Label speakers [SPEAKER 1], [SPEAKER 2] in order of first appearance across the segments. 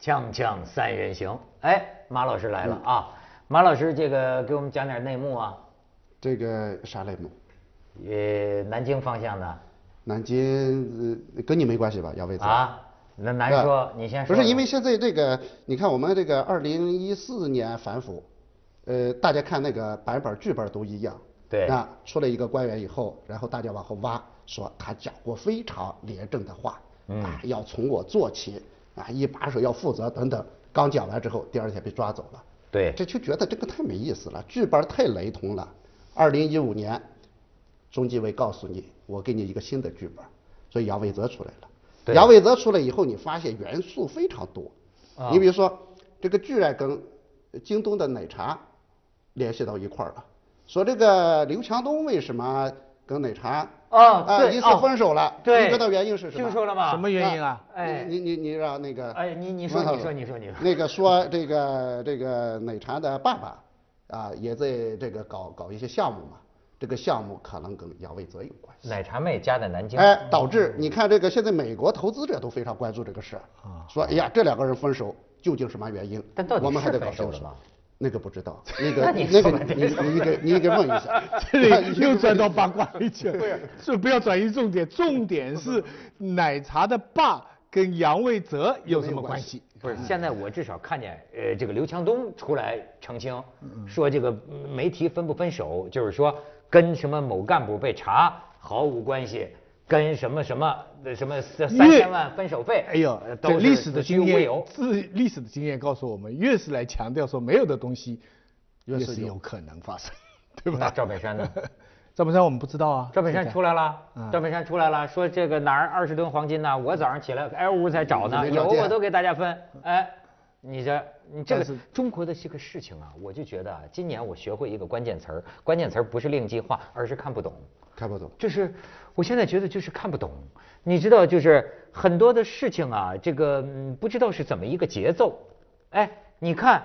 [SPEAKER 1] 锵锵三人行，哎，马老师来
[SPEAKER 2] 嗯
[SPEAKER 1] 了啊！马老师，这个给我们讲点内幕啊，
[SPEAKER 2] 这个啥类目？
[SPEAKER 1] 呃，南京方向的
[SPEAKER 2] 南京、呃、跟你啊没关系吧？要位子
[SPEAKER 1] 啊，那难说，你先说。
[SPEAKER 2] 呃不是因为现在这个，你看我们这个二零一四年反腐，呃，大家看那个版本剧本都一样。
[SPEAKER 1] 对
[SPEAKER 2] 啊，出了一个官员以后，然后大家往后挖，说他讲过非常廉政的话，
[SPEAKER 1] 嗯
[SPEAKER 2] 啊，要从我做起，啊，一把手要负责等等。刚讲完之后，第二天被抓走了。
[SPEAKER 1] 对
[SPEAKER 2] 这就觉得这个太没意思了，剧本太雷同了。二零一五年，中纪委告诉你，我给你一个新的剧本，所以杨伟泽出来
[SPEAKER 1] 对
[SPEAKER 2] 了。杨伟泽出来以后，你发现元素非常多。
[SPEAKER 1] 啊
[SPEAKER 2] 你比如说，这个居然跟京东的奶茶联系到一块儿了，说这个刘强东为什么跟奶茶
[SPEAKER 1] 哦
[SPEAKER 2] 啊
[SPEAKER 1] 对
[SPEAKER 2] 疑似
[SPEAKER 1] 哦
[SPEAKER 2] 分手了？
[SPEAKER 1] 对
[SPEAKER 2] 你知道原因是什么？
[SPEAKER 1] 听说了吗？
[SPEAKER 3] 什么原因啊？，
[SPEAKER 1] 哎
[SPEAKER 2] 你你你让那个，
[SPEAKER 1] 哎你你说
[SPEAKER 2] 问他
[SPEAKER 1] 你说
[SPEAKER 2] 了
[SPEAKER 1] 你说你说
[SPEAKER 2] 那个说这个这个奶茶的爸爸啊，也在这个搞搞一些项目嘛，这个项目可能跟杨卫泽有关系。
[SPEAKER 1] 奶茶妹家在南京，
[SPEAKER 2] 哎，导致你看这个现在美国投资者都非常关注这个事儿，说哎呀这两个人分手究竟什么原因？
[SPEAKER 1] 啊但到底
[SPEAKER 2] 我们还
[SPEAKER 1] 是
[SPEAKER 2] 得搞
[SPEAKER 1] 分手
[SPEAKER 2] 清
[SPEAKER 1] 了
[SPEAKER 2] 楚
[SPEAKER 1] 吗。
[SPEAKER 2] 那个不 知道，那
[SPEAKER 1] 那
[SPEAKER 2] 个
[SPEAKER 1] 你
[SPEAKER 2] 那
[SPEAKER 1] 说
[SPEAKER 2] 个
[SPEAKER 1] 吧
[SPEAKER 2] 你
[SPEAKER 1] 这个
[SPEAKER 2] 你你给你给问一 下
[SPEAKER 3] 这里 又转到八卦里去
[SPEAKER 1] 啊
[SPEAKER 3] 了，是不要转移重点，重点是奶茶的爸跟杨卫泽有什么关系？
[SPEAKER 1] 不是，现在我至少看见，呃，这个刘强东出来澄清，说这个嗯媒体分不分手，就是说跟什么某干部被查毫无关系，跟什么什么呃什么三三
[SPEAKER 3] 越
[SPEAKER 1] 千万分手费，呃
[SPEAKER 3] 哎呦，
[SPEAKER 1] 都
[SPEAKER 3] 这
[SPEAKER 1] 是
[SPEAKER 3] 历史
[SPEAKER 1] 子
[SPEAKER 3] 的
[SPEAKER 1] 虚
[SPEAKER 3] 经
[SPEAKER 1] 乌
[SPEAKER 3] 验
[SPEAKER 1] 有，。
[SPEAKER 3] 自历史的经验告诉我们，越是来强调说没有的东西，越是有可能发生，对
[SPEAKER 1] 那
[SPEAKER 3] 吧？
[SPEAKER 1] 赵本山呢？
[SPEAKER 3] 赵本山我们不知道啊，
[SPEAKER 1] 赵本山出来了
[SPEAKER 3] 嗯，
[SPEAKER 1] 赵本山出来了，说这个哪儿二十吨黄金呢？我早上起来挨屋才找呢，
[SPEAKER 2] 你没
[SPEAKER 1] 有
[SPEAKER 2] 找见
[SPEAKER 1] 我都给大家分。哎，你这你这个
[SPEAKER 3] 嗯但是
[SPEAKER 1] 中国的这个事情啊，我就觉得啊，今年我学会一个关键词儿，关键词儿不是令计划，而是看不懂。
[SPEAKER 2] 看不懂。
[SPEAKER 1] 就是我现在觉得就是看不懂，你知道，就是很多的事情啊，这个、嗯、不知道是怎么一个节奏。哎，你看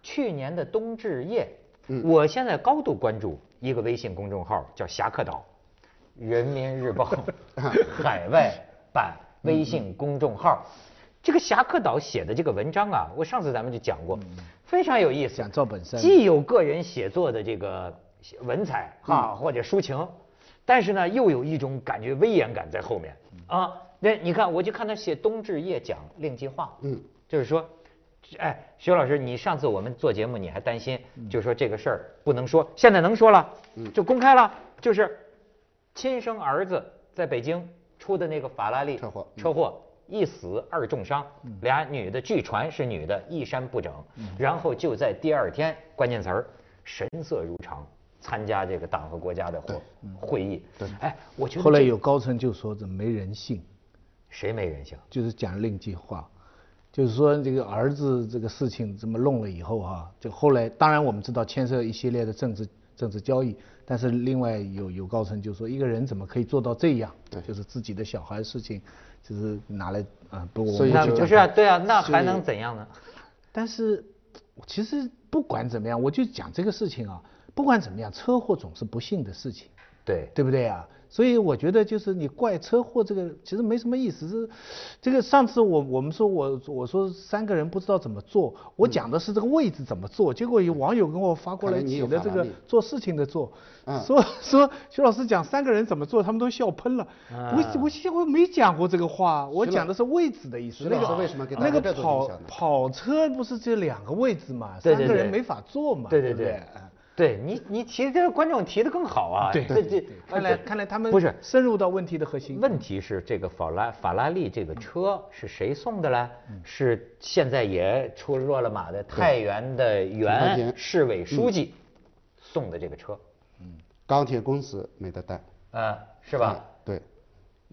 [SPEAKER 1] 去年的冬至夜，
[SPEAKER 2] 嗯
[SPEAKER 1] 我现在高度关注一个微信公众号叫侠客岛，人民日报海外版微信公众号。这个侠客岛写的这个文章啊，我上次咱们就讲过，非常有意思。
[SPEAKER 3] 讲赵本山
[SPEAKER 1] 既有个人写作的这个文采哈、或者抒情，但是呢又有一种感觉威严感在后面啊。那你看，我就看他写冬至夜讲令计划，
[SPEAKER 2] 嗯，
[SPEAKER 1] 就是说，哎，徐老师，你上次我们做节目你还担心，就说这个事儿不能说，现在能说了，就公开了，就是亲生儿子在北京出的那个法拉利
[SPEAKER 2] 车祸嗯嗯
[SPEAKER 1] 车祸一死二重伤，俩女的据传是女的衣衫不整，然后就在第二天，关键词儿神色如常参加这个党和国家的会
[SPEAKER 2] 嗯
[SPEAKER 1] 会议。哎，我觉得
[SPEAKER 3] 后来
[SPEAKER 1] 这
[SPEAKER 3] 有高层就说这没人性，
[SPEAKER 1] 谁没人性？
[SPEAKER 3] 就是讲令计划，就是说这个儿子这个事情这么弄了以后哈、就后来当然我们知道牵涉一系列的政治政治交易，但是另外有有高层就说一个人怎么可以做到这样，
[SPEAKER 2] 对
[SPEAKER 3] 就是自己的小孩事情，就是拿来啊不我
[SPEAKER 2] 所以
[SPEAKER 3] 们
[SPEAKER 1] 那
[SPEAKER 2] 就
[SPEAKER 1] 不
[SPEAKER 2] 讲
[SPEAKER 1] 是啊，对啊，那
[SPEAKER 2] 所
[SPEAKER 1] 还
[SPEAKER 2] 以
[SPEAKER 1] 能怎样呢？
[SPEAKER 3] 但是其实不管怎么样，我就讲这个事情啊，不管怎么样，车祸总是不幸的事情。
[SPEAKER 1] 对，
[SPEAKER 3] 对不对啊？所以我觉得就是你怪车祸这个其实没什么意思。是这个上次我我们说我我说三个人不知道怎么做，我讲的是这个位置怎么做，结果有网友跟我发过来
[SPEAKER 2] 看来嗯你
[SPEAKER 3] 写
[SPEAKER 2] 有
[SPEAKER 3] 的
[SPEAKER 2] 法
[SPEAKER 3] 这
[SPEAKER 2] 拉
[SPEAKER 3] 个
[SPEAKER 2] 利
[SPEAKER 3] 做事情的做，
[SPEAKER 2] 嗯
[SPEAKER 3] 说说徐老师讲三个人怎么做，他们都笑喷了。
[SPEAKER 2] 嗯
[SPEAKER 1] 啊
[SPEAKER 3] 我我我没讲过这个话，我讲的是位置的意思。
[SPEAKER 2] 徐老
[SPEAKER 3] 那个
[SPEAKER 2] 师为什么给大
[SPEAKER 3] 那
[SPEAKER 2] 家
[SPEAKER 3] 个
[SPEAKER 2] 这种
[SPEAKER 3] 跑
[SPEAKER 2] 影响呢
[SPEAKER 3] 跑车不是只有两个位置嘛，
[SPEAKER 1] 对
[SPEAKER 3] 三
[SPEAKER 1] 对
[SPEAKER 3] 个人
[SPEAKER 1] 对
[SPEAKER 3] 没法坐嘛，
[SPEAKER 1] 对对
[SPEAKER 3] 对不
[SPEAKER 1] 对
[SPEAKER 3] 对？嗯
[SPEAKER 1] 对你，你提这个观众提的更好啊！
[SPEAKER 3] 对
[SPEAKER 1] 这这
[SPEAKER 3] 看来看来他们
[SPEAKER 1] 不是
[SPEAKER 3] 深入到问题的核心。
[SPEAKER 1] 问题是这个法拉法拉利这个车是谁送的嘞？
[SPEAKER 2] 嗯
[SPEAKER 1] 是现在也出落了马的太原的
[SPEAKER 2] 太
[SPEAKER 1] 原
[SPEAKER 2] 原
[SPEAKER 1] 市委书记
[SPEAKER 2] 嗯
[SPEAKER 1] 送的这个车，
[SPEAKER 2] 钢铁公司没得带，
[SPEAKER 1] 呃，是吧
[SPEAKER 2] 嗯？？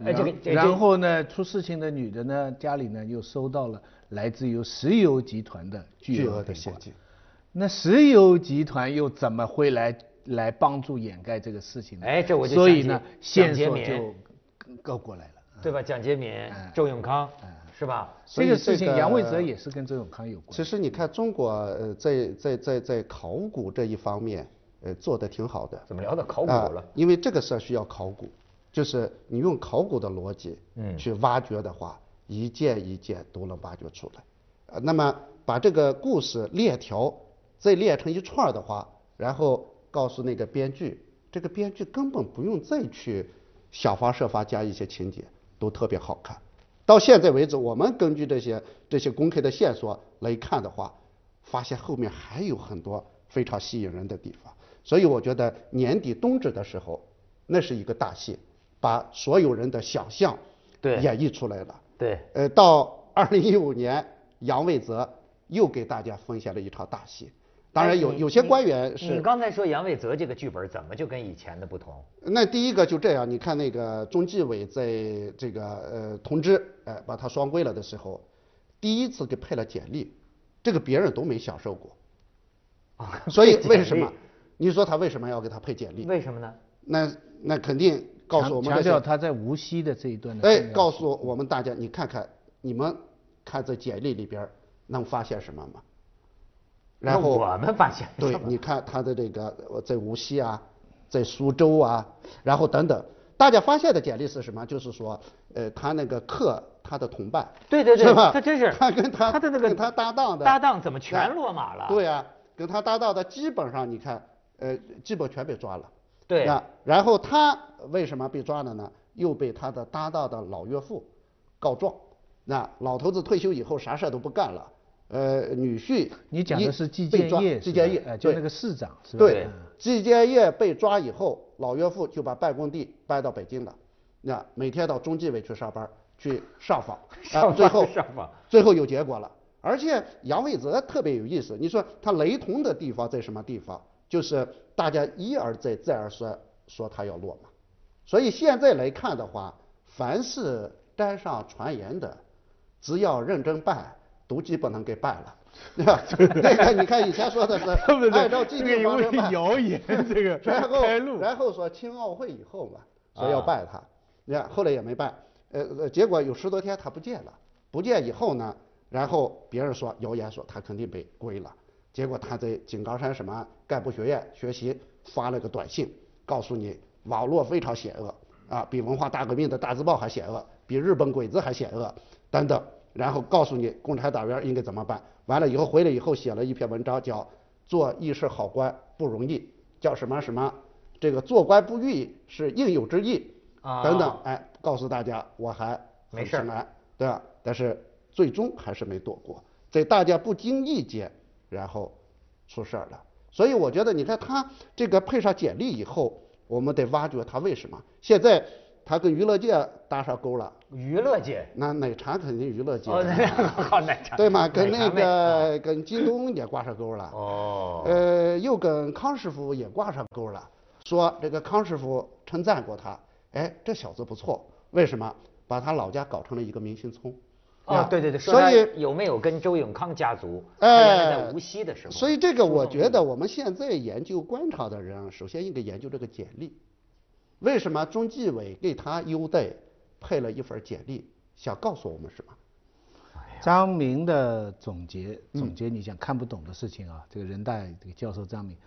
[SPEAKER 2] 对，
[SPEAKER 1] 哎，这个这这
[SPEAKER 3] 然后呢，出事情的女的呢，家里呢又收到了来自于石油集团的巨
[SPEAKER 2] 巨
[SPEAKER 3] 额
[SPEAKER 2] 额的
[SPEAKER 3] 赔
[SPEAKER 2] 现
[SPEAKER 3] 款。
[SPEAKER 2] 金。
[SPEAKER 3] 那石油集团又怎么会来来帮助掩盖这个事情呢？
[SPEAKER 1] 哎这我就
[SPEAKER 3] 所以
[SPEAKER 1] 想
[SPEAKER 3] 呢
[SPEAKER 1] 起，
[SPEAKER 3] 线
[SPEAKER 1] 蒋洁
[SPEAKER 3] 索
[SPEAKER 1] 敏
[SPEAKER 3] 就够过来了。
[SPEAKER 1] 对吧？蒋洁敏
[SPEAKER 3] 哎、
[SPEAKER 1] 周永康，是吧？
[SPEAKER 2] 所
[SPEAKER 3] 这
[SPEAKER 2] 以
[SPEAKER 3] 个事
[SPEAKER 2] 这
[SPEAKER 3] 情，
[SPEAKER 2] 个
[SPEAKER 3] 杨卫泽也是跟周永康有关
[SPEAKER 2] 其。实你看中国呃，在在在在考古这一方面，呃，做得挺好的。
[SPEAKER 1] 怎么聊到考古
[SPEAKER 2] 啊
[SPEAKER 1] 了？
[SPEAKER 2] 因为这个事儿需要考古，就是你用考古的逻辑，
[SPEAKER 1] 嗯
[SPEAKER 2] 去挖掘的话，一件一件都能挖掘出来。呃那么把这个故事列条再列成一串儿的话，然后告诉那个编剧，这个编剧根本不用再去想方设法加一些情节，都特别好看。到现在为止，我们根据这些这些公开的线索来看的话，发现后面还有很多非常吸引人的地方。所以我觉得年底冬至的时候，那是一个大戏，把所有人的想象
[SPEAKER 1] 对
[SPEAKER 2] 演绎出来了。
[SPEAKER 1] 对
[SPEAKER 2] 呃，到二零一五年，杨卫泽又给大家奉献了一场大戏。当
[SPEAKER 1] 哎
[SPEAKER 2] 然有
[SPEAKER 1] 你
[SPEAKER 2] 有些
[SPEAKER 1] 你
[SPEAKER 2] 官员是
[SPEAKER 1] 你刚才说杨伟泽这个剧本怎么就跟以前的不同？
[SPEAKER 2] 那第一个就这样，你看那个中纪委在这个呃同知呃把他双规了的时候，第一次给配了简历，这个别人都没享受过。
[SPEAKER 1] 啊
[SPEAKER 2] 所以
[SPEAKER 1] 配简
[SPEAKER 2] 为什
[SPEAKER 1] 历
[SPEAKER 2] 么？你说他为什么要给他配简历？
[SPEAKER 1] 为什么呢？
[SPEAKER 2] 那那肯定告诉我们
[SPEAKER 3] 强
[SPEAKER 2] 这
[SPEAKER 3] 强调
[SPEAKER 2] 些，
[SPEAKER 3] 他在无锡的这一段的
[SPEAKER 2] 哎，
[SPEAKER 3] 重要
[SPEAKER 2] 告诉我们大家，你看看你们看这简历里边儿能发现什么吗？然
[SPEAKER 1] 那
[SPEAKER 2] 后
[SPEAKER 1] 我们发现
[SPEAKER 2] 对
[SPEAKER 1] 什，么
[SPEAKER 2] 你看他的这个呃在无锡啊，在苏州啊，然后等等，大家发现的简历是什么？就是说，呃，他那个课，他的同伴，
[SPEAKER 1] 对对对
[SPEAKER 2] 是吧？
[SPEAKER 1] 他真是
[SPEAKER 2] 他跟他
[SPEAKER 1] 他的那个
[SPEAKER 2] 跟他搭档的
[SPEAKER 1] 搭档怎么全落马了
[SPEAKER 2] 对啊，跟他搭档的基本上你看，呃，基本全被抓了。
[SPEAKER 1] 对
[SPEAKER 2] 那然后他为什么被抓了呢？又被他的搭档的老岳父告状。那老头子退休以后啥事儿都不干了，呃，女婿
[SPEAKER 3] 你讲
[SPEAKER 2] 一
[SPEAKER 3] 的是季
[SPEAKER 2] 被
[SPEAKER 3] 建
[SPEAKER 2] 抓
[SPEAKER 3] 业
[SPEAKER 2] 季
[SPEAKER 3] 是吧
[SPEAKER 2] 建业
[SPEAKER 3] 哎就
[SPEAKER 2] 对
[SPEAKER 3] 那个市长是吧
[SPEAKER 2] 对
[SPEAKER 3] 嗯，
[SPEAKER 2] 季建业被抓以后，老岳父就把办公地搬到北京了，那每天到中纪委去上班，去上 访，
[SPEAKER 1] 上
[SPEAKER 2] 啊，
[SPEAKER 1] 访
[SPEAKER 2] 最后
[SPEAKER 1] 上访
[SPEAKER 2] 最后有结果了。而且杨卫泽特别有意思，你说他雷同的地方在什么地方？就是大家一而再再而三说他要落马，所以现在来看的话，凡是沾上传言的，只要认真办，都基本能给办了。对 吧？那个你看以前说的是
[SPEAKER 3] 对不对
[SPEAKER 2] 按照既
[SPEAKER 3] 这个
[SPEAKER 2] 定
[SPEAKER 3] 有
[SPEAKER 2] 方针办，
[SPEAKER 3] 谣言这个
[SPEAKER 2] 然后
[SPEAKER 3] 开路
[SPEAKER 2] 然后说青奥会以后嘛，说要
[SPEAKER 1] 啊
[SPEAKER 2] 办他，然后来也没办，呃，呃结果有十多天他不见了，不见以后呢，然后别人说谣言说他肯定被归了，结果他在井冈山什么干部学院学习发了个短信，告诉你网络非常险恶啊，比文化大革命的大字报还险恶，比日本鬼子还险恶等等，然后告诉你共产党员应该怎么办，完了以后回来以后写了一篇文章叫。做一世好官不容易，叫什么什么，这个做官不易是应有之义，
[SPEAKER 1] 啊
[SPEAKER 2] 等等，哎，告诉大家我还
[SPEAKER 1] 没事儿
[SPEAKER 2] 难，对吧？但是最终还是没躲过，在大家不经意间，然后出事儿了。所以我觉得，你看他这个配上简历以后，我们得挖掘他为什么现在他跟娱乐界搭上钩了。
[SPEAKER 1] 娱乐界
[SPEAKER 2] 那奶茶肯定娱乐界的，
[SPEAKER 1] 哦奶茶好奶茶
[SPEAKER 2] 对嘛？跟
[SPEAKER 1] 奶
[SPEAKER 2] 那
[SPEAKER 1] 茶妹
[SPEAKER 2] 个跟京东也挂上钩了，
[SPEAKER 1] 哦
[SPEAKER 2] 呃，又跟康师傅也挂上钩了，说这个康师傅称赞过他，哎，这小子不错，为什么？把他老家搞成了一个明星村，
[SPEAKER 1] 哦
[SPEAKER 2] 吧，
[SPEAKER 1] 对对对，说
[SPEAKER 2] 所
[SPEAKER 1] 他
[SPEAKER 2] 以
[SPEAKER 1] 有没有跟周永康家族？他原来
[SPEAKER 2] 哎，
[SPEAKER 1] 在无锡的时候，
[SPEAKER 2] 所以这个我觉得我们现在研究观察的人，首先应该研究这个简历，为什么中纪委给他优待，配了一份简历，想告诉我们什么？
[SPEAKER 3] 张明的总结，总结你想看不懂的事情啊，这个人大这个教授张明，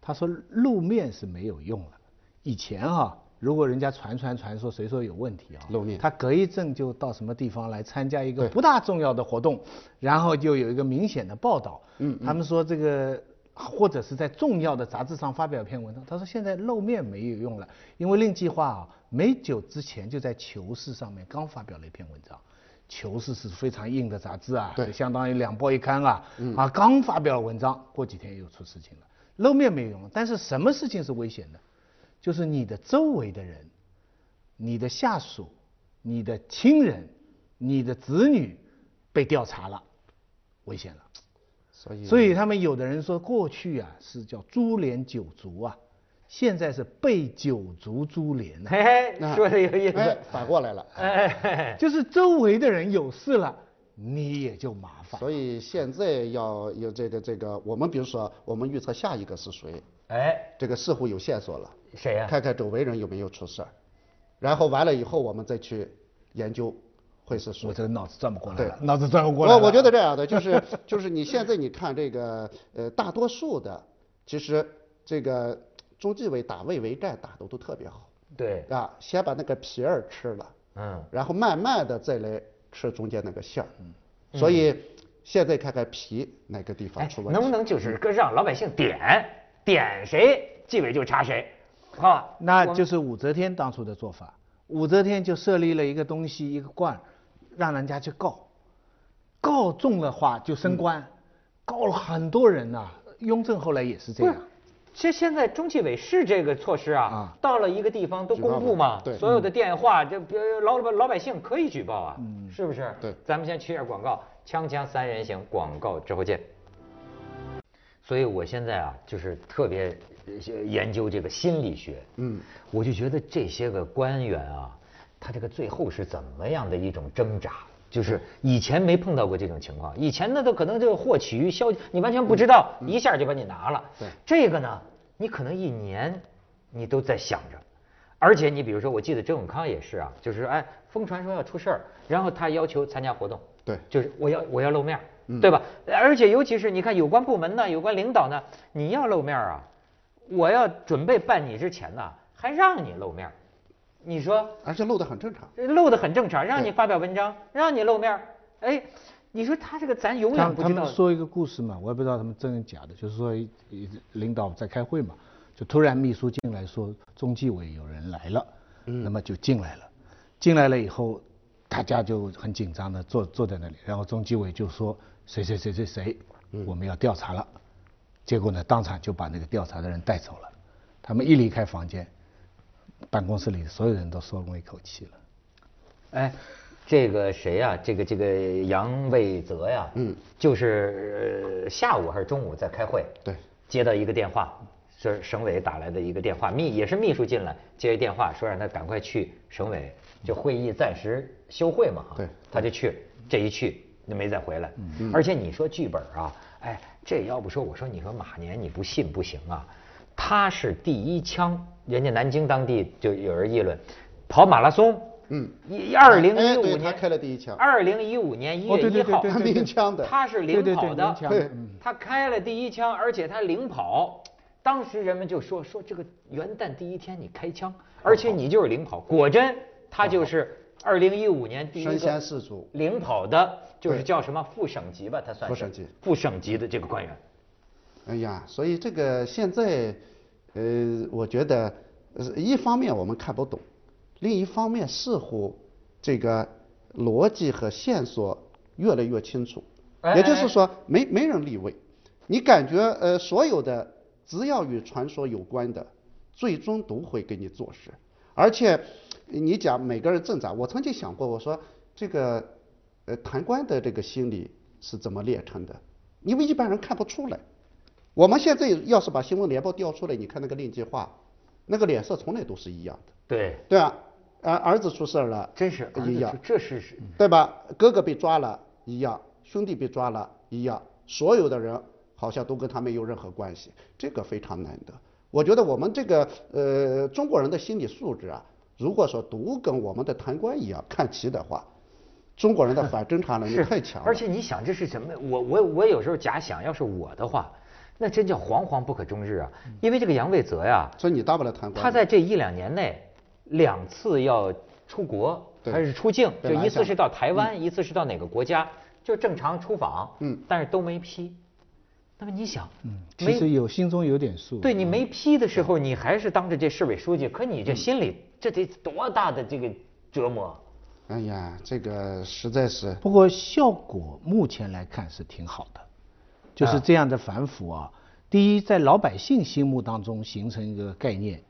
[SPEAKER 3] 他说路面是没有用了。以前哈、如果人家传传传说谁说有问题啊，
[SPEAKER 2] 露面
[SPEAKER 3] 他隔一阵就到什么地方来参加一个
[SPEAKER 2] 对
[SPEAKER 3] 不大重要的活动，然后就有一个明显的报道。
[SPEAKER 2] 嗯嗯
[SPEAKER 3] 他们说这个。或者是在重要的杂志上发表一篇文章，他说现在露面没有用了，因为令计划啊，没久之前就在《求是》上面刚发表了一篇文章，《求是》是非常硬的杂志啊，
[SPEAKER 2] 对嗯
[SPEAKER 3] 就相当于两报一刊啊，啊，刚发表了文章，过几天又出事情了，露面没有用，但是什么事情是危险的？就是你的周围的人，你的下属、你的亲人、你的子女被调查了，危险了。
[SPEAKER 2] 所以，
[SPEAKER 3] 所以他们有的人说，过去啊是叫株连九族啊，现在是被九族株连啊了、
[SPEAKER 1] 嘿嘿，
[SPEAKER 2] 那
[SPEAKER 1] 说的有意思。
[SPEAKER 2] 哎反过来了
[SPEAKER 1] 哎嘿嘿
[SPEAKER 3] 就是周围的人有事了，你也就麻烦。
[SPEAKER 2] 所以现在要有这个这个，我们比如说，我们预测下一个是谁，
[SPEAKER 1] 哎，
[SPEAKER 2] 这个似乎有线索了。
[SPEAKER 1] 谁呀
[SPEAKER 2] 看看周围人有没有出事儿，然后完了以后，我们再去研究会是谁
[SPEAKER 3] 我。这个脑子转不过来
[SPEAKER 2] 对
[SPEAKER 3] 了，脑子转不过来
[SPEAKER 2] 我
[SPEAKER 3] 了。
[SPEAKER 2] 我觉得这样的，就是就是你现在你看这个呃，大多数的其实这个中纪委打魏围战打的都特别好。
[SPEAKER 1] 对
[SPEAKER 2] 啊，先把那个皮儿吃了，
[SPEAKER 1] 嗯
[SPEAKER 3] 嗯
[SPEAKER 2] 然后慢慢的再来吃中间那个馅儿，所以现在看看皮哪个地方
[SPEAKER 1] 哎
[SPEAKER 2] 出，问题。
[SPEAKER 1] 能不能就是跟让老百姓点点谁，纪委就查谁，啊？
[SPEAKER 3] 那
[SPEAKER 1] 我们
[SPEAKER 3] 就是武则天当初的做法。武则天就设立了一个东西，一个官，让人家去告，告中的话就升官，
[SPEAKER 1] 嗯
[SPEAKER 3] 告了很多人呐、雍正后来也是这
[SPEAKER 1] 不
[SPEAKER 3] 样
[SPEAKER 1] 是。，这现在中纪委是这个措施啊
[SPEAKER 3] 啊，
[SPEAKER 1] 到了一个地方都
[SPEAKER 2] 举报
[SPEAKER 1] 公布嘛
[SPEAKER 2] 嘛，对
[SPEAKER 1] 所有的电话，这别老老百姓可以举报啊，是不是？
[SPEAKER 2] 嗯对
[SPEAKER 1] 咱们先去一下广告，锵锵三人行广告之后见。所以我现在啊，就是特别呃研究这个心理学，
[SPEAKER 2] 嗯，
[SPEAKER 1] 我就觉得这些个官员啊，他这个最后是怎么样的一种挣扎？就是以前没碰到过这种情况，以前呢都可能就获取消，你完全不知道，一下就把你拿了。
[SPEAKER 2] 嗯对
[SPEAKER 1] 这个呢，你可能一年你都在想着，而且你比如说，我记得周永康也是啊，就是哎，疯传说要出事儿，然后他要求参加活动，
[SPEAKER 2] 对
[SPEAKER 1] 就是我要我要露面儿，
[SPEAKER 3] 嗯
[SPEAKER 1] 对吧？而且尤其是你看有关部门呢，有关领导呢，你要露面儿啊，我要准备办你之前呢，还让你露面儿，你说
[SPEAKER 2] 而且漏得很正常。
[SPEAKER 1] 露的很正常，让你
[SPEAKER 2] 对
[SPEAKER 1] 发表文章，让你露面儿，哎，你说他这个咱永
[SPEAKER 3] 他
[SPEAKER 1] 远
[SPEAKER 3] 们
[SPEAKER 1] 不
[SPEAKER 3] 他
[SPEAKER 1] 知道
[SPEAKER 3] 们。说一个故事嘛，我也不知道他们真的假的，就是说一一领导在开会嘛，就突然秘书进来说中纪委有人来了，那么就进来了，进来了以后，大家就很紧张的坐坐在那里，然后中纪委就说谁谁谁谁谁，我们要调查了，结果呢当场就把那个调查的人带走了，他们一离开房间，办公室里所有人都松了一口气了。
[SPEAKER 1] 哎，这个谁呀、这个这个杨卫泽呀、
[SPEAKER 2] 嗯，
[SPEAKER 1] 就是、呃下午还是中午在开会，
[SPEAKER 2] 对，
[SPEAKER 1] 接到一个电话，是省委打来的一个电话，秘也是秘书进来接一电话，说让他赶快去省委，就会议暂时休会嘛，
[SPEAKER 2] 对
[SPEAKER 1] 他就去，这一去就没再回来。而且你说剧本啊，哎，这要不说我说你说马年你不信不行啊，他是第一枪，人家南京当地就有人议论，跑马拉松，
[SPEAKER 2] 嗯
[SPEAKER 1] 一，二零一
[SPEAKER 2] 哎
[SPEAKER 1] 五
[SPEAKER 2] 对
[SPEAKER 1] 年
[SPEAKER 2] 他开了第一枪
[SPEAKER 1] 二零一五年一
[SPEAKER 3] 哦
[SPEAKER 1] 月
[SPEAKER 3] 对
[SPEAKER 1] 一
[SPEAKER 3] 对对
[SPEAKER 1] 号，
[SPEAKER 3] 对
[SPEAKER 2] 他
[SPEAKER 3] 对对
[SPEAKER 2] 鸣枪的，
[SPEAKER 1] 他是
[SPEAKER 3] 对
[SPEAKER 1] 领
[SPEAKER 3] 对对
[SPEAKER 1] 跑的
[SPEAKER 3] 鸣，枪
[SPEAKER 2] 对
[SPEAKER 1] 他开了第一枪，而且他领跑。当时人们就说说这个元旦第一天你开枪，而且你就是领跑。果真，他就是二零一五年第一
[SPEAKER 2] 身
[SPEAKER 1] 个
[SPEAKER 2] 先士卒
[SPEAKER 1] 领跑的，就是
[SPEAKER 2] 对
[SPEAKER 1] 叫什么副省级吧，他算是
[SPEAKER 2] 副省级
[SPEAKER 1] 副省级的这个官员。
[SPEAKER 2] 哎呀，所以这个现在，呃，我觉得，呃，一方面我们看不懂，另一方面似乎这个逻辑和线索越来越清楚。
[SPEAKER 1] 哎
[SPEAKER 2] 也就是说，没没人立位，你感觉呃，所有的只要与传说有关的，最终都会给你做事。而且你讲每个人挣扎，我曾经想过，我说这个呃贪官的这个心理是怎么炼成的？因为一般人看不出来。我们现在要是把新闻联播调出来，你看那个令计划，那个脸色从来都是一样的，
[SPEAKER 1] 对，
[SPEAKER 2] 对吧？儿儿子出事儿了，
[SPEAKER 1] 真是
[SPEAKER 2] 一样嗯
[SPEAKER 1] 这。这是是
[SPEAKER 2] 对吧？哥哥被抓了一样，兄弟被抓了一样，所有的人好像都跟他没有任何关系，这个非常难得。我觉得我们这个呃中国人的心理素质啊，如果说都跟我们的贪官一样看齐的话，中国人的反侦查能力
[SPEAKER 1] 是
[SPEAKER 2] 太强了。
[SPEAKER 1] 而且你想这是什么？我我我有时候假想，要是我的话，那真叫惶惶不可终日啊！
[SPEAKER 2] 嗯
[SPEAKER 1] 因为这个杨卫泽呀，
[SPEAKER 2] 所以你当不了贪官。
[SPEAKER 1] 他在这一两年内两次要出国
[SPEAKER 2] 对
[SPEAKER 1] 还是出境，就
[SPEAKER 2] 被拦
[SPEAKER 1] 一次
[SPEAKER 2] 下
[SPEAKER 1] 是到台湾，一次是到哪个国家，就正常出访，
[SPEAKER 2] 嗯
[SPEAKER 1] 但是都没批。那么你想，
[SPEAKER 3] 嗯，其
[SPEAKER 1] 没
[SPEAKER 3] 实嗯有心中有点数。
[SPEAKER 1] 对你没批的时候，你还是当着这市委书记，可你
[SPEAKER 2] 嗯
[SPEAKER 1] 这心里这得多大的这个折磨？
[SPEAKER 2] 哎呀，这个实在是
[SPEAKER 3] 不过效果目前来看是挺好的，就是这样的反腐啊。第一，在老百姓心目当中形成一个概念，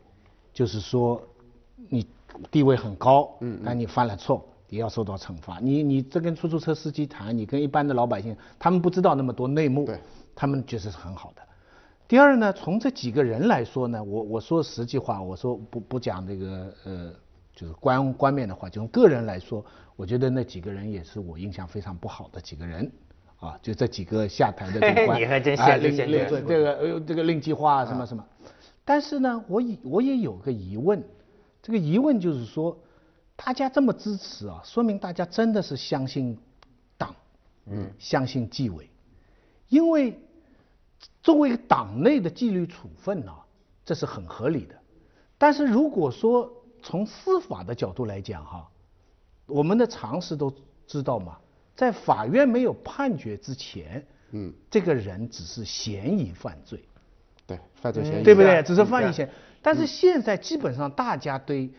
[SPEAKER 3] 就是说你地位很高，嗯，但你犯了错也要受到惩罚。你你这跟出租车司机谈，你跟一般的老百姓，他们不知道那么多内幕，
[SPEAKER 2] 对
[SPEAKER 3] 他们觉得是很好的。第二呢，从这几个人来说呢，我我说实际话，我说不不讲这个呃，就是官官面的话，就从个人来说，我觉得那几个人也是我印象非常不好的几个人，啊，就这几个下 台的这个官，
[SPEAKER 1] 你还真
[SPEAKER 3] 啊
[SPEAKER 1] 下得
[SPEAKER 3] 令
[SPEAKER 1] 先
[SPEAKER 3] 令
[SPEAKER 1] 觉
[SPEAKER 3] 这个呃这个令计划啊什么什么，但是呢，我也我也有个疑问，这个疑问就是说，大家这么支持啊，说明大家真的是相信党，嗯，相信纪委，因为作为党内的纪律处分呢、这是很合理的。但是如果说从司法的角度来讲哈、我们的常识都知道嘛，在法院没有判决之前，
[SPEAKER 2] 嗯，
[SPEAKER 3] 这个人只是嫌疑犯罪，
[SPEAKER 2] 对，犯嗯罪嫌疑人，
[SPEAKER 3] 嗯对不对？只是犯一些，但是现在基本上大家对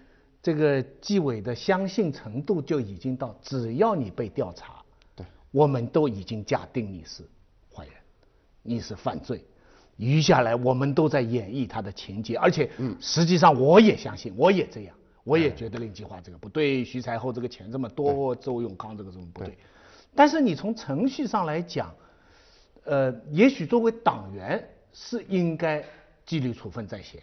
[SPEAKER 3] 这个纪委的相信程度就已经到，只要你被调查，
[SPEAKER 2] 对，
[SPEAKER 3] 我们都已经假定你是坏人，你是犯罪。余下来我们都在演绎他的情节，而且实际上我也相信，我也这样，我也觉得令计划这个不对，徐才厚这个钱这么多，周永康这个这么不对。但是你从程序上来讲，呃，也许作为党员是应该纪律处分在先，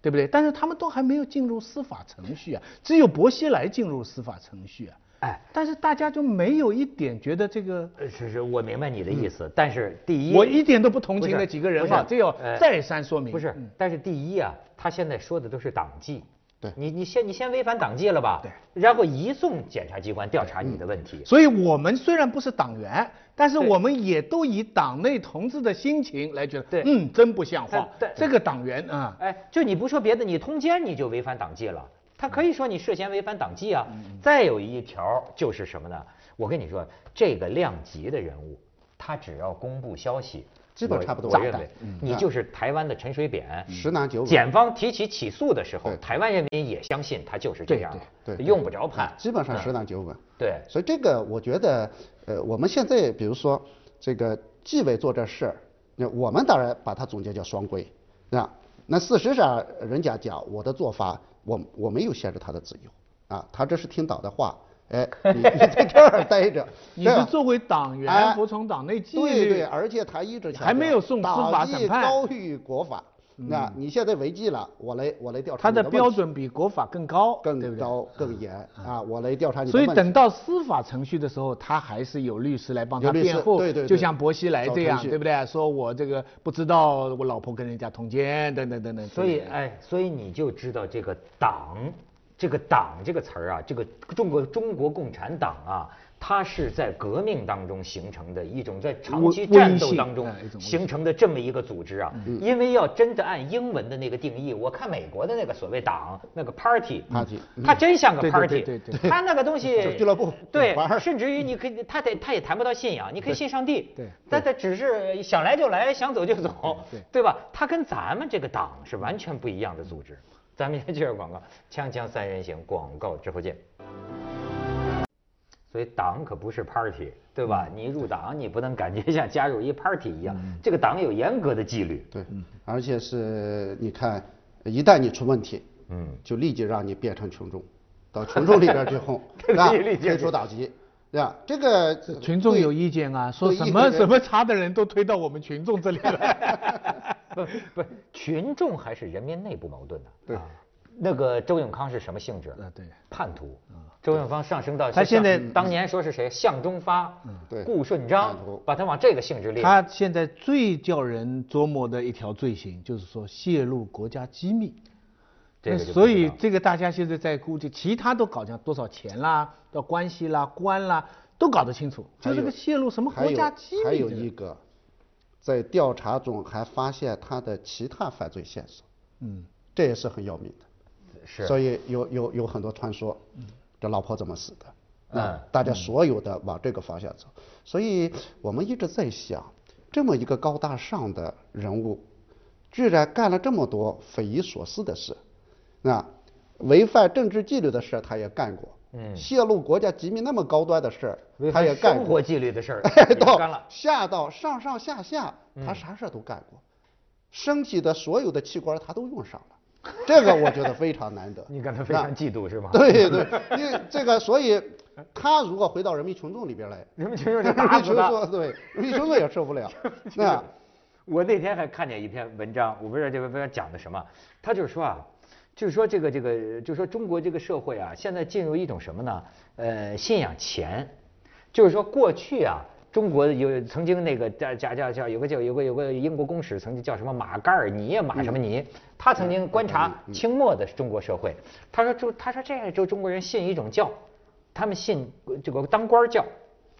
[SPEAKER 3] 对不对？但是他们都还没有进入司法程序啊，只有薄熙来进入司法程序啊。
[SPEAKER 1] 哎，
[SPEAKER 3] 但是大家就没有一点觉得这个，
[SPEAKER 1] 呃是是，我明白你的意
[SPEAKER 2] 嗯
[SPEAKER 1] 思，但是第一，
[SPEAKER 3] 我一点都不同
[SPEAKER 1] 不
[SPEAKER 3] 情
[SPEAKER 1] 是
[SPEAKER 3] 那几个人
[SPEAKER 1] 不
[SPEAKER 3] 啊
[SPEAKER 1] 是，
[SPEAKER 3] 这要
[SPEAKER 1] 呃
[SPEAKER 3] 再三说明。嗯
[SPEAKER 1] 不是，
[SPEAKER 2] 嗯
[SPEAKER 1] 但是第一啊，他现在说的都是党纪。
[SPEAKER 2] 对
[SPEAKER 1] 你，你先你先违反党纪了吧？
[SPEAKER 3] 对。
[SPEAKER 1] 然后移送检察机关调查你的问题。
[SPEAKER 3] 所以我们虽然不是党员，但是
[SPEAKER 1] 对
[SPEAKER 3] 我们也都以党内同志的心情来觉得，
[SPEAKER 1] 对
[SPEAKER 3] 嗯，真不像话
[SPEAKER 1] 但但，
[SPEAKER 3] 这个党员啊，
[SPEAKER 1] 哎，就你不说别的，你通奸你就违反党纪了。他可以说你涉嫌违反党纪啊。
[SPEAKER 2] 嗯
[SPEAKER 1] 再有一条就是什么呢？我跟你说，这个量级的人物，他只要公布消息，
[SPEAKER 2] 基本
[SPEAKER 1] 我
[SPEAKER 2] 差不多
[SPEAKER 1] 我
[SPEAKER 2] 炸
[SPEAKER 1] 认
[SPEAKER 2] 弹
[SPEAKER 1] 为
[SPEAKER 2] 嗯
[SPEAKER 1] 你
[SPEAKER 2] 啊
[SPEAKER 1] 就是台湾的陈水扁，
[SPEAKER 2] 十拿九稳
[SPEAKER 1] 检方提起起诉的时候，
[SPEAKER 2] 对
[SPEAKER 1] 台湾人民也相信他就是这
[SPEAKER 3] 对，
[SPEAKER 1] 样
[SPEAKER 2] 对
[SPEAKER 1] 的，
[SPEAKER 2] 对
[SPEAKER 1] 用不着判。嗯
[SPEAKER 2] 基本上十拿九稳。
[SPEAKER 1] 对，
[SPEAKER 2] 所以这个我觉得，呃，我们现在比如说这个纪委做这事儿，那我们当然把它总结叫双规，啊，那事实上人家讲我的做法，我我没有限制他的自由啊，他这是听党的话，哎，你你 在这儿待着
[SPEAKER 3] 你
[SPEAKER 1] 啊
[SPEAKER 2] 对吧
[SPEAKER 3] 是作为党员
[SPEAKER 2] 哎
[SPEAKER 3] 服从党内纪律，
[SPEAKER 2] 对对，而且他一直强调
[SPEAKER 3] 还没有送司法审判嗯
[SPEAKER 2] 党纪高于国法，那你现在违纪了，我来我来调查
[SPEAKER 3] 他
[SPEAKER 2] 你的
[SPEAKER 3] 的标
[SPEAKER 2] 问题
[SPEAKER 3] 准比国法更高，对
[SPEAKER 2] 更
[SPEAKER 3] 不对？嗯
[SPEAKER 2] 高更严啊，我来调查你的
[SPEAKER 3] 所
[SPEAKER 2] 问
[SPEAKER 3] 以
[SPEAKER 2] 题。
[SPEAKER 3] 等到司法程序的时候，他还是有律师来帮他
[SPEAKER 2] 有律师
[SPEAKER 3] 辩护，
[SPEAKER 2] 对对对
[SPEAKER 3] 就像薄熙来这
[SPEAKER 2] 走程
[SPEAKER 3] 样，
[SPEAKER 2] 序
[SPEAKER 3] 对不对？说我这个不知道我老婆跟人家通奸，等等等等。
[SPEAKER 1] 所以哎，所以你就知道这个“党”这个“党”这个词儿啊，这个中国中国共产党啊，它是在革命当中形成的一种在长
[SPEAKER 3] 威
[SPEAKER 1] 期战
[SPEAKER 3] 威
[SPEAKER 1] 斗
[SPEAKER 3] 信嗯
[SPEAKER 1] 当中
[SPEAKER 3] 哎一种威
[SPEAKER 1] 形成的这么一个组织啊。因为要真的按英文的那个定义，我看美国的那个所谓党那个 party，
[SPEAKER 2] Party，
[SPEAKER 1] 它真像个
[SPEAKER 3] 对对
[SPEAKER 1] party，
[SPEAKER 3] 对对
[SPEAKER 1] 它那个东西
[SPEAKER 2] 就俱乐部
[SPEAKER 1] 对
[SPEAKER 2] 玩，儿
[SPEAKER 1] 甚至于你可以，他得他也谈不到信仰，你可以信上帝，
[SPEAKER 3] 对
[SPEAKER 1] 但他只是想来就来，想走就走，
[SPEAKER 2] 哎
[SPEAKER 3] 对
[SPEAKER 1] 对吧？他跟咱们这个党是完全不一样的组织。咱们先接着广告，锵锵三人行广告之后见。所以党可不是 party，对吧？
[SPEAKER 2] 嗯
[SPEAKER 1] 你入党，你不能感觉像加入一 party 一样，这个党有严格的纪律。
[SPEAKER 2] 对，
[SPEAKER 3] 嗯
[SPEAKER 2] 而且是你看，一旦你出问题，
[SPEAKER 1] 嗯，，
[SPEAKER 2] 就立即让你变成群众，到群众里边去哄
[SPEAKER 1] 对
[SPEAKER 2] 啊，
[SPEAKER 1] 立即
[SPEAKER 2] 推出党籍，对吧？这个
[SPEAKER 3] 群众
[SPEAKER 2] 对
[SPEAKER 3] 有意见啊，说
[SPEAKER 2] 对
[SPEAKER 3] 什
[SPEAKER 2] 一个
[SPEAKER 3] 么
[SPEAKER 2] 人
[SPEAKER 3] 什么差的人都推到我们群众这里来。
[SPEAKER 1] 不不，群众还是人民内部矛盾的。
[SPEAKER 2] 对
[SPEAKER 1] 啊那个周永康是什么性质？
[SPEAKER 2] 呃
[SPEAKER 3] 啊对
[SPEAKER 1] 叛徒。周永康上升到
[SPEAKER 3] 他现在
[SPEAKER 1] 像当年说是谁？向忠发、
[SPEAKER 2] 嗯对
[SPEAKER 1] 顾顺章
[SPEAKER 2] 叛徒，
[SPEAKER 1] 把他往这个性质列。
[SPEAKER 3] 他现在最叫人琢磨的一条罪行，就是说泄露国家机密。
[SPEAKER 1] 这个
[SPEAKER 3] 那
[SPEAKER 1] 就不
[SPEAKER 3] 所
[SPEAKER 1] 知
[SPEAKER 3] 以
[SPEAKER 1] 道
[SPEAKER 3] 这个大家现在在估计，其他都搞讲多少钱啦、到关系啦、官啦，都搞得清楚。
[SPEAKER 2] 还
[SPEAKER 3] 就这
[SPEAKER 2] 有
[SPEAKER 3] 个泄露什么
[SPEAKER 2] 还
[SPEAKER 3] 国
[SPEAKER 2] 有
[SPEAKER 3] 家机密，
[SPEAKER 2] 还有一，个，在调查中还发现他的其他犯罪线索，
[SPEAKER 3] 嗯，
[SPEAKER 2] 这也是很要命的。
[SPEAKER 1] 是
[SPEAKER 2] 所以有有有很多传说，这老婆怎么死的？
[SPEAKER 1] 嗯
[SPEAKER 2] 啊，大家所有的往这个方向走。所以我们一直在想，这么一个高大上的人物，居然干了这么多匪夷所思的事，那违反政治纪律的事儿他也干过，
[SPEAKER 1] 嗯
[SPEAKER 2] 泄露国家机密那么高端的事儿
[SPEAKER 1] 违
[SPEAKER 2] 他
[SPEAKER 1] 反
[SPEAKER 2] 也干过，
[SPEAKER 1] 生活纪律的事 儿也
[SPEAKER 2] 到
[SPEAKER 1] 干了嗯
[SPEAKER 2] 下到上上下下，他啥事儿都干过，身体的所有的器官他都用上了，这个我觉得非常难得
[SPEAKER 1] 。你感到非常
[SPEAKER 2] 那
[SPEAKER 1] 嫉妒是吗
[SPEAKER 2] 对对，因为这个，所以他如果回到人民群众里边来，
[SPEAKER 1] 人民群众就
[SPEAKER 2] 人
[SPEAKER 1] 打
[SPEAKER 2] 民
[SPEAKER 1] 死
[SPEAKER 2] 群
[SPEAKER 1] 他
[SPEAKER 2] 众对，人民群众也受不 了。那
[SPEAKER 1] 我那天还看见一篇文章，我不知道这篇文章讲的什么，他就是说啊，就是说这个这个，就是说中国这个社会啊，现在进入一种什么呢？呃，信仰钱，就是说过去啊，中国有曾经那个叫叫叫叫有个叫有个有个英国公使曾经叫什么马盖尔尼啊马什么尼，他曾经观察清末的中国社会，他说就他说这样就中国人信一种教，他们信这个当官儿教，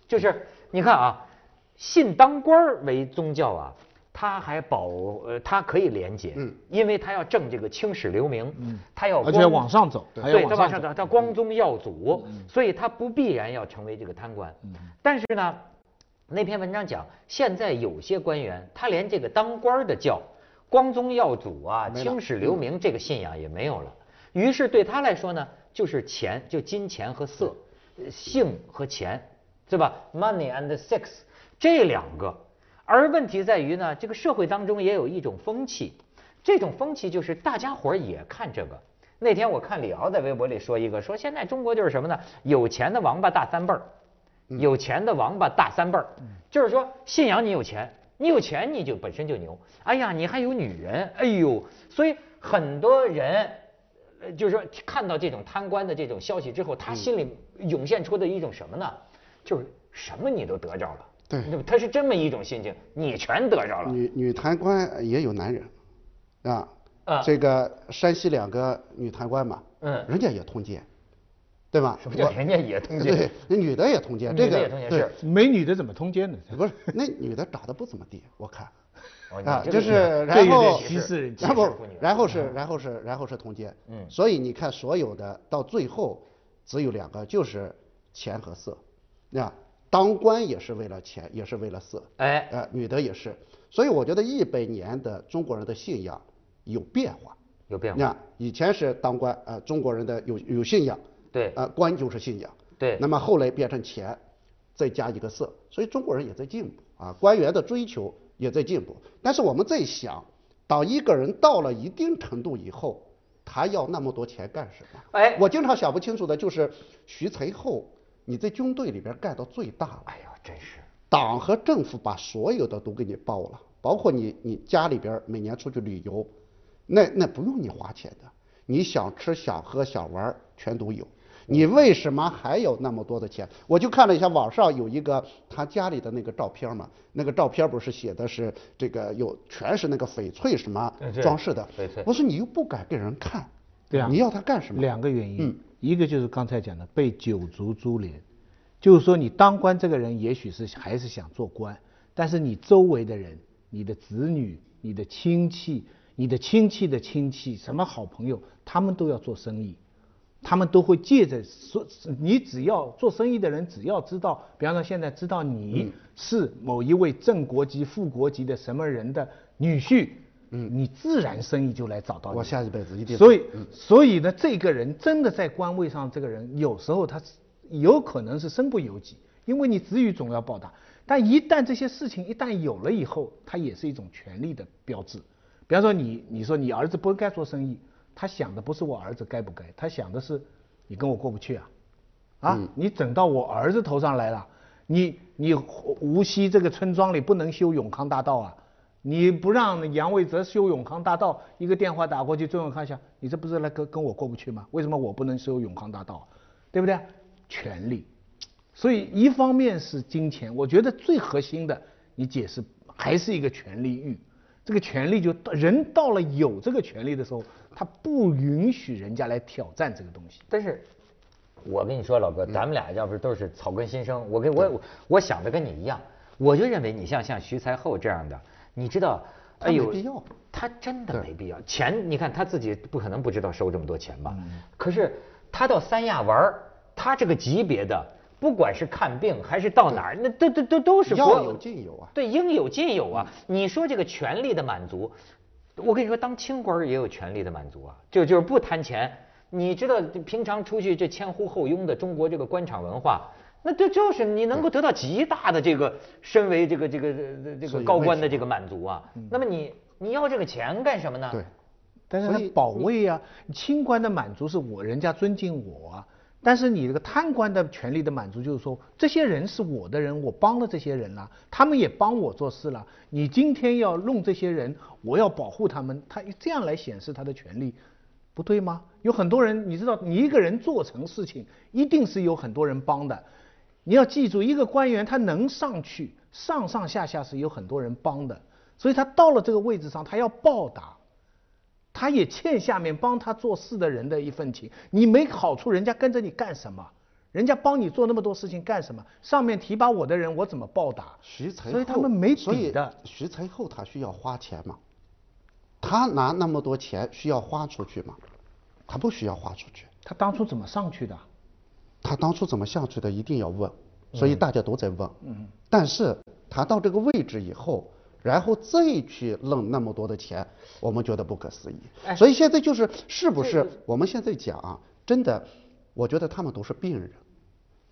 [SPEAKER 1] 就是你看啊。信当官儿为宗教啊，他还保呃，他可以廉洁，
[SPEAKER 2] 嗯
[SPEAKER 1] 因为他要正这个青史留名，
[SPEAKER 3] 嗯
[SPEAKER 1] 他要
[SPEAKER 3] 而且
[SPEAKER 1] 光
[SPEAKER 3] 往上走还要
[SPEAKER 1] 对，
[SPEAKER 3] 往
[SPEAKER 1] 他
[SPEAKER 3] 上
[SPEAKER 1] 往上
[SPEAKER 3] 走嗯
[SPEAKER 1] 走，他光宗耀祖，所以他不必然要成为这个贪官。但是呢，那篇文章讲，现在有些官员他连这个当官儿的教光宗耀祖啊、
[SPEAKER 2] 没了嗯
[SPEAKER 1] 青史留名这个信仰也没有了，于是对他来说呢，就是钱，就金钱和色，呃性和钱，对吧？Money and sex 这两个。而问题在于呢，这个社会当中也有一种风气，这种风气就是大家伙儿也看这个。那天我看李敖在微博里说一个，说现在中国就是什么呢？有钱的王八大三辈儿，
[SPEAKER 2] 嗯
[SPEAKER 1] 有钱的王八大三辈儿，就是说信仰你有钱，你有钱你就本身就牛。哎呀，你还有女人，哎呦，所以很多人。呃，就是说看到这种贪官的这种消息之后，他心里涌现出的一种什么呢？就是什么你都得着了，
[SPEAKER 2] 对
[SPEAKER 1] 那么他是这么一种心情，你全得着了。
[SPEAKER 2] 女女贪官也有男人，啊，
[SPEAKER 1] 啊
[SPEAKER 2] 这个山西两个女贪官嘛，
[SPEAKER 1] 嗯
[SPEAKER 2] 人家也通奸，对吧？
[SPEAKER 1] 什么叫
[SPEAKER 2] 我
[SPEAKER 1] 人家也通奸
[SPEAKER 2] 对，那女的也通奸，
[SPEAKER 1] 女
[SPEAKER 2] 这
[SPEAKER 1] 的
[SPEAKER 2] 个
[SPEAKER 1] 也通奸
[SPEAKER 2] 对
[SPEAKER 1] 是
[SPEAKER 3] 美女的怎么通奸呢？
[SPEAKER 2] 不是，那女的长得不怎么地，我看。
[SPEAKER 1] 哦你
[SPEAKER 2] 啊，
[SPEAKER 1] 这个
[SPEAKER 2] 就是
[SPEAKER 1] 意思
[SPEAKER 3] 这
[SPEAKER 2] 然
[SPEAKER 3] 有点
[SPEAKER 2] 后
[SPEAKER 3] 歧视人
[SPEAKER 2] 然后
[SPEAKER 1] 歧视妇女
[SPEAKER 2] 然后是然后是然后是通奸，
[SPEAKER 1] 嗯
[SPEAKER 2] 所以你看所有的到最后只有两个，就是钱和色，啊，当官也是为了钱，也是为了色，
[SPEAKER 1] 哎
[SPEAKER 2] 呃，女的也是，所以我觉得一百年的中国人的信仰有变化，
[SPEAKER 1] 有变化
[SPEAKER 2] 那以前是当官，呃，中国人的有有信仰，
[SPEAKER 1] 对
[SPEAKER 2] 呃，官就是信仰，
[SPEAKER 1] 对
[SPEAKER 2] 那么后来变成钱，再加一个色，所以中国人也在进步啊，官员的追求也在进步。但是我们在想，当一个人到了一定程度以后，他要那么多钱干什么？
[SPEAKER 1] 哎
[SPEAKER 2] 我经常想不清楚的就是徐才厚，你在军队里边干到最大了，
[SPEAKER 1] 哎呦，真是
[SPEAKER 2] 党和政府把所有的都给你包了，包括你你家里边儿每年出去旅游，那那不用你花钱的，你想吃想喝想玩儿全都有。你为什么还有那么多的钱？我就看了一下网上有一个他家里的那个照片嘛，那个照片不是写的是这个有全是那个翡翠什么
[SPEAKER 3] 哎
[SPEAKER 1] 嗯对
[SPEAKER 2] 装饰的
[SPEAKER 1] 翡翠，
[SPEAKER 2] 我说你又不敢给人看，
[SPEAKER 3] 对啊，
[SPEAKER 2] 你要他干什么？
[SPEAKER 3] 两个原因，
[SPEAKER 2] 嗯
[SPEAKER 3] 一个就是刚才讲的被九族株连，就是说你当官这个人也许是还是想做官，但是你周围的人、你的子女、你的亲戚、你的亲戚的亲戚、什么好朋友，他们都要做生意。他们都会借着说，你只要做生意的人，只要知道，比方说现在知道
[SPEAKER 2] 嗯
[SPEAKER 3] 你是某一位正国级、副国级的什么人的女婿，嗯，你自然生意就来找到你。
[SPEAKER 2] 我下一辈子一定
[SPEAKER 3] 所以
[SPEAKER 2] 嗯，
[SPEAKER 3] 所以呢，这个人真的在官位上，这个人有时候他是有可能是身不由己，因为你子女总要报答。但一旦这些事情一旦有了以后，它也是一种权利的标志。比方说你，你说你儿子不该做生意，他想的不是我儿子该不该，他想的是你跟我过不去啊，啊，你整到我儿子头上来了，你你无锡这个村庄里不能修永康大道啊，你不让杨卫泽修永康大道，一个电话打过去，周永康想，你这不是来跟跟我过不去吗？为什么我不能修永康大道啊、对不对？权利，所以一方面是金钱，我觉得最核心的，你解释还是一个权利欲。这个权利就到人到了有这个权利的时候，他不允许人家来挑战这个东西。
[SPEAKER 1] 但是，我跟你说，老哥，
[SPEAKER 2] 嗯
[SPEAKER 1] 咱们俩要不是都是草根新生，我跟我我我想的跟你一样，我就认为你像像徐才厚这样的，你知道，
[SPEAKER 2] 他
[SPEAKER 1] 哎
[SPEAKER 2] 没
[SPEAKER 1] 呦，
[SPEAKER 2] 必要
[SPEAKER 1] 他真的没必要。钱，你看他自己不可能不知道收这么多钱吧？
[SPEAKER 2] 嗯
[SPEAKER 1] 可是他到三亚玩儿，他这个级别的，不管是看病还是到哪儿，那都都都都是
[SPEAKER 2] 要
[SPEAKER 1] 国
[SPEAKER 2] 有尽有啊
[SPEAKER 1] 对，应有尽有啊。你说这个权力的满足，我跟你说，当清官儿也有权力的满足啊，就就是不贪钱。你知道，平常出去这前呼后拥的中国这个官场文化，那这就是你能够得到极大的这个身为这个这个这个这
[SPEAKER 2] 所
[SPEAKER 1] 个
[SPEAKER 2] 以
[SPEAKER 1] 高
[SPEAKER 2] 为
[SPEAKER 1] 官的
[SPEAKER 2] 什么嗯
[SPEAKER 1] 这个满足啊。那么你你要这个钱干什么呢？
[SPEAKER 2] 对，
[SPEAKER 3] 但是
[SPEAKER 2] 所
[SPEAKER 3] 他
[SPEAKER 2] 以嗯
[SPEAKER 3] 保卫啊，清官的满足是我人家尊敬我啊，但是你这个贪官的权利的满足就是说，这些人是我的人，我帮了这些人了，他们也帮我做事了，你今天要弄这些人，我要保护他们，他这样来显示他的权利，不对吗？有很多人，你知道，你一个人做成事情，一定是有很多人帮的。你要记住，一个官员他能上去，上上下下是有很多人帮的，所以他到了这个位置上，他要报答。他也欠下面帮他做事的人的一份情。你没好处，人家跟着你干什么？人人家帮你做那么多事情干什么？上面提拔我的人，我怎么报答？
[SPEAKER 2] 徐才厚，
[SPEAKER 3] 所以他们没
[SPEAKER 2] 所以
[SPEAKER 3] 底的。
[SPEAKER 2] 徐才厚他需要花钱嘛？他拿那么多钱需要花出去吗？他不需要花出去。
[SPEAKER 3] 他当初怎么上去的？
[SPEAKER 2] 他当初怎么下去的，一定要问，所以大家都在问。嗯。但是他到这个位置以后，然后再去弄那么多的钱，我们觉得不可思议。所以现在就是是不是我们现在讲啊，真的，我觉得他们都是病人。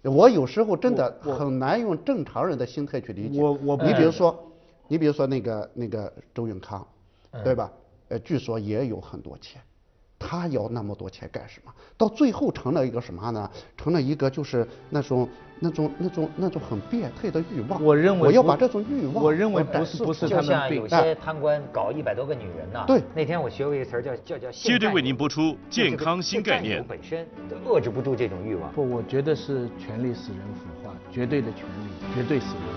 [SPEAKER 2] 我有时候真的很难用正常人的心态去理解。
[SPEAKER 3] 我我不
[SPEAKER 2] 你比
[SPEAKER 3] 觉
[SPEAKER 2] 如
[SPEAKER 3] 得
[SPEAKER 2] 说，你比如说那个那个周永康，对吧？呃，据说也有很多钱。他要那么多钱干什么？到最后成了一个什么呢？成了一个就是那种那种那种那种很变态的欲望。
[SPEAKER 3] 我认为
[SPEAKER 2] 我要
[SPEAKER 3] 不
[SPEAKER 2] 把这种欲望，
[SPEAKER 3] 我认为
[SPEAKER 2] 展
[SPEAKER 3] 不是
[SPEAKER 2] 示
[SPEAKER 3] 不
[SPEAKER 2] 出
[SPEAKER 3] 是
[SPEAKER 2] 来
[SPEAKER 3] 他
[SPEAKER 1] 就
[SPEAKER 3] 们
[SPEAKER 1] 像
[SPEAKER 3] 病
[SPEAKER 1] 有些贪官搞一百多个女人呐、
[SPEAKER 2] 对
[SPEAKER 1] 那天我学过一个词儿叫叫叫性
[SPEAKER 4] 接着
[SPEAKER 1] 占
[SPEAKER 4] 为
[SPEAKER 1] 有
[SPEAKER 4] 您播出
[SPEAKER 1] 就
[SPEAKER 4] 健
[SPEAKER 1] 这个
[SPEAKER 4] 康
[SPEAKER 1] 这
[SPEAKER 4] 新
[SPEAKER 1] 占
[SPEAKER 4] 概
[SPEAKER 1] 有
[SPEAKER 4] 念
[SPEAKER 1] 本身遏制不住这种欲望。
[SPEAKER 3] 不，我觉得是权力使人腐化，绝对的权力，绝对使人腐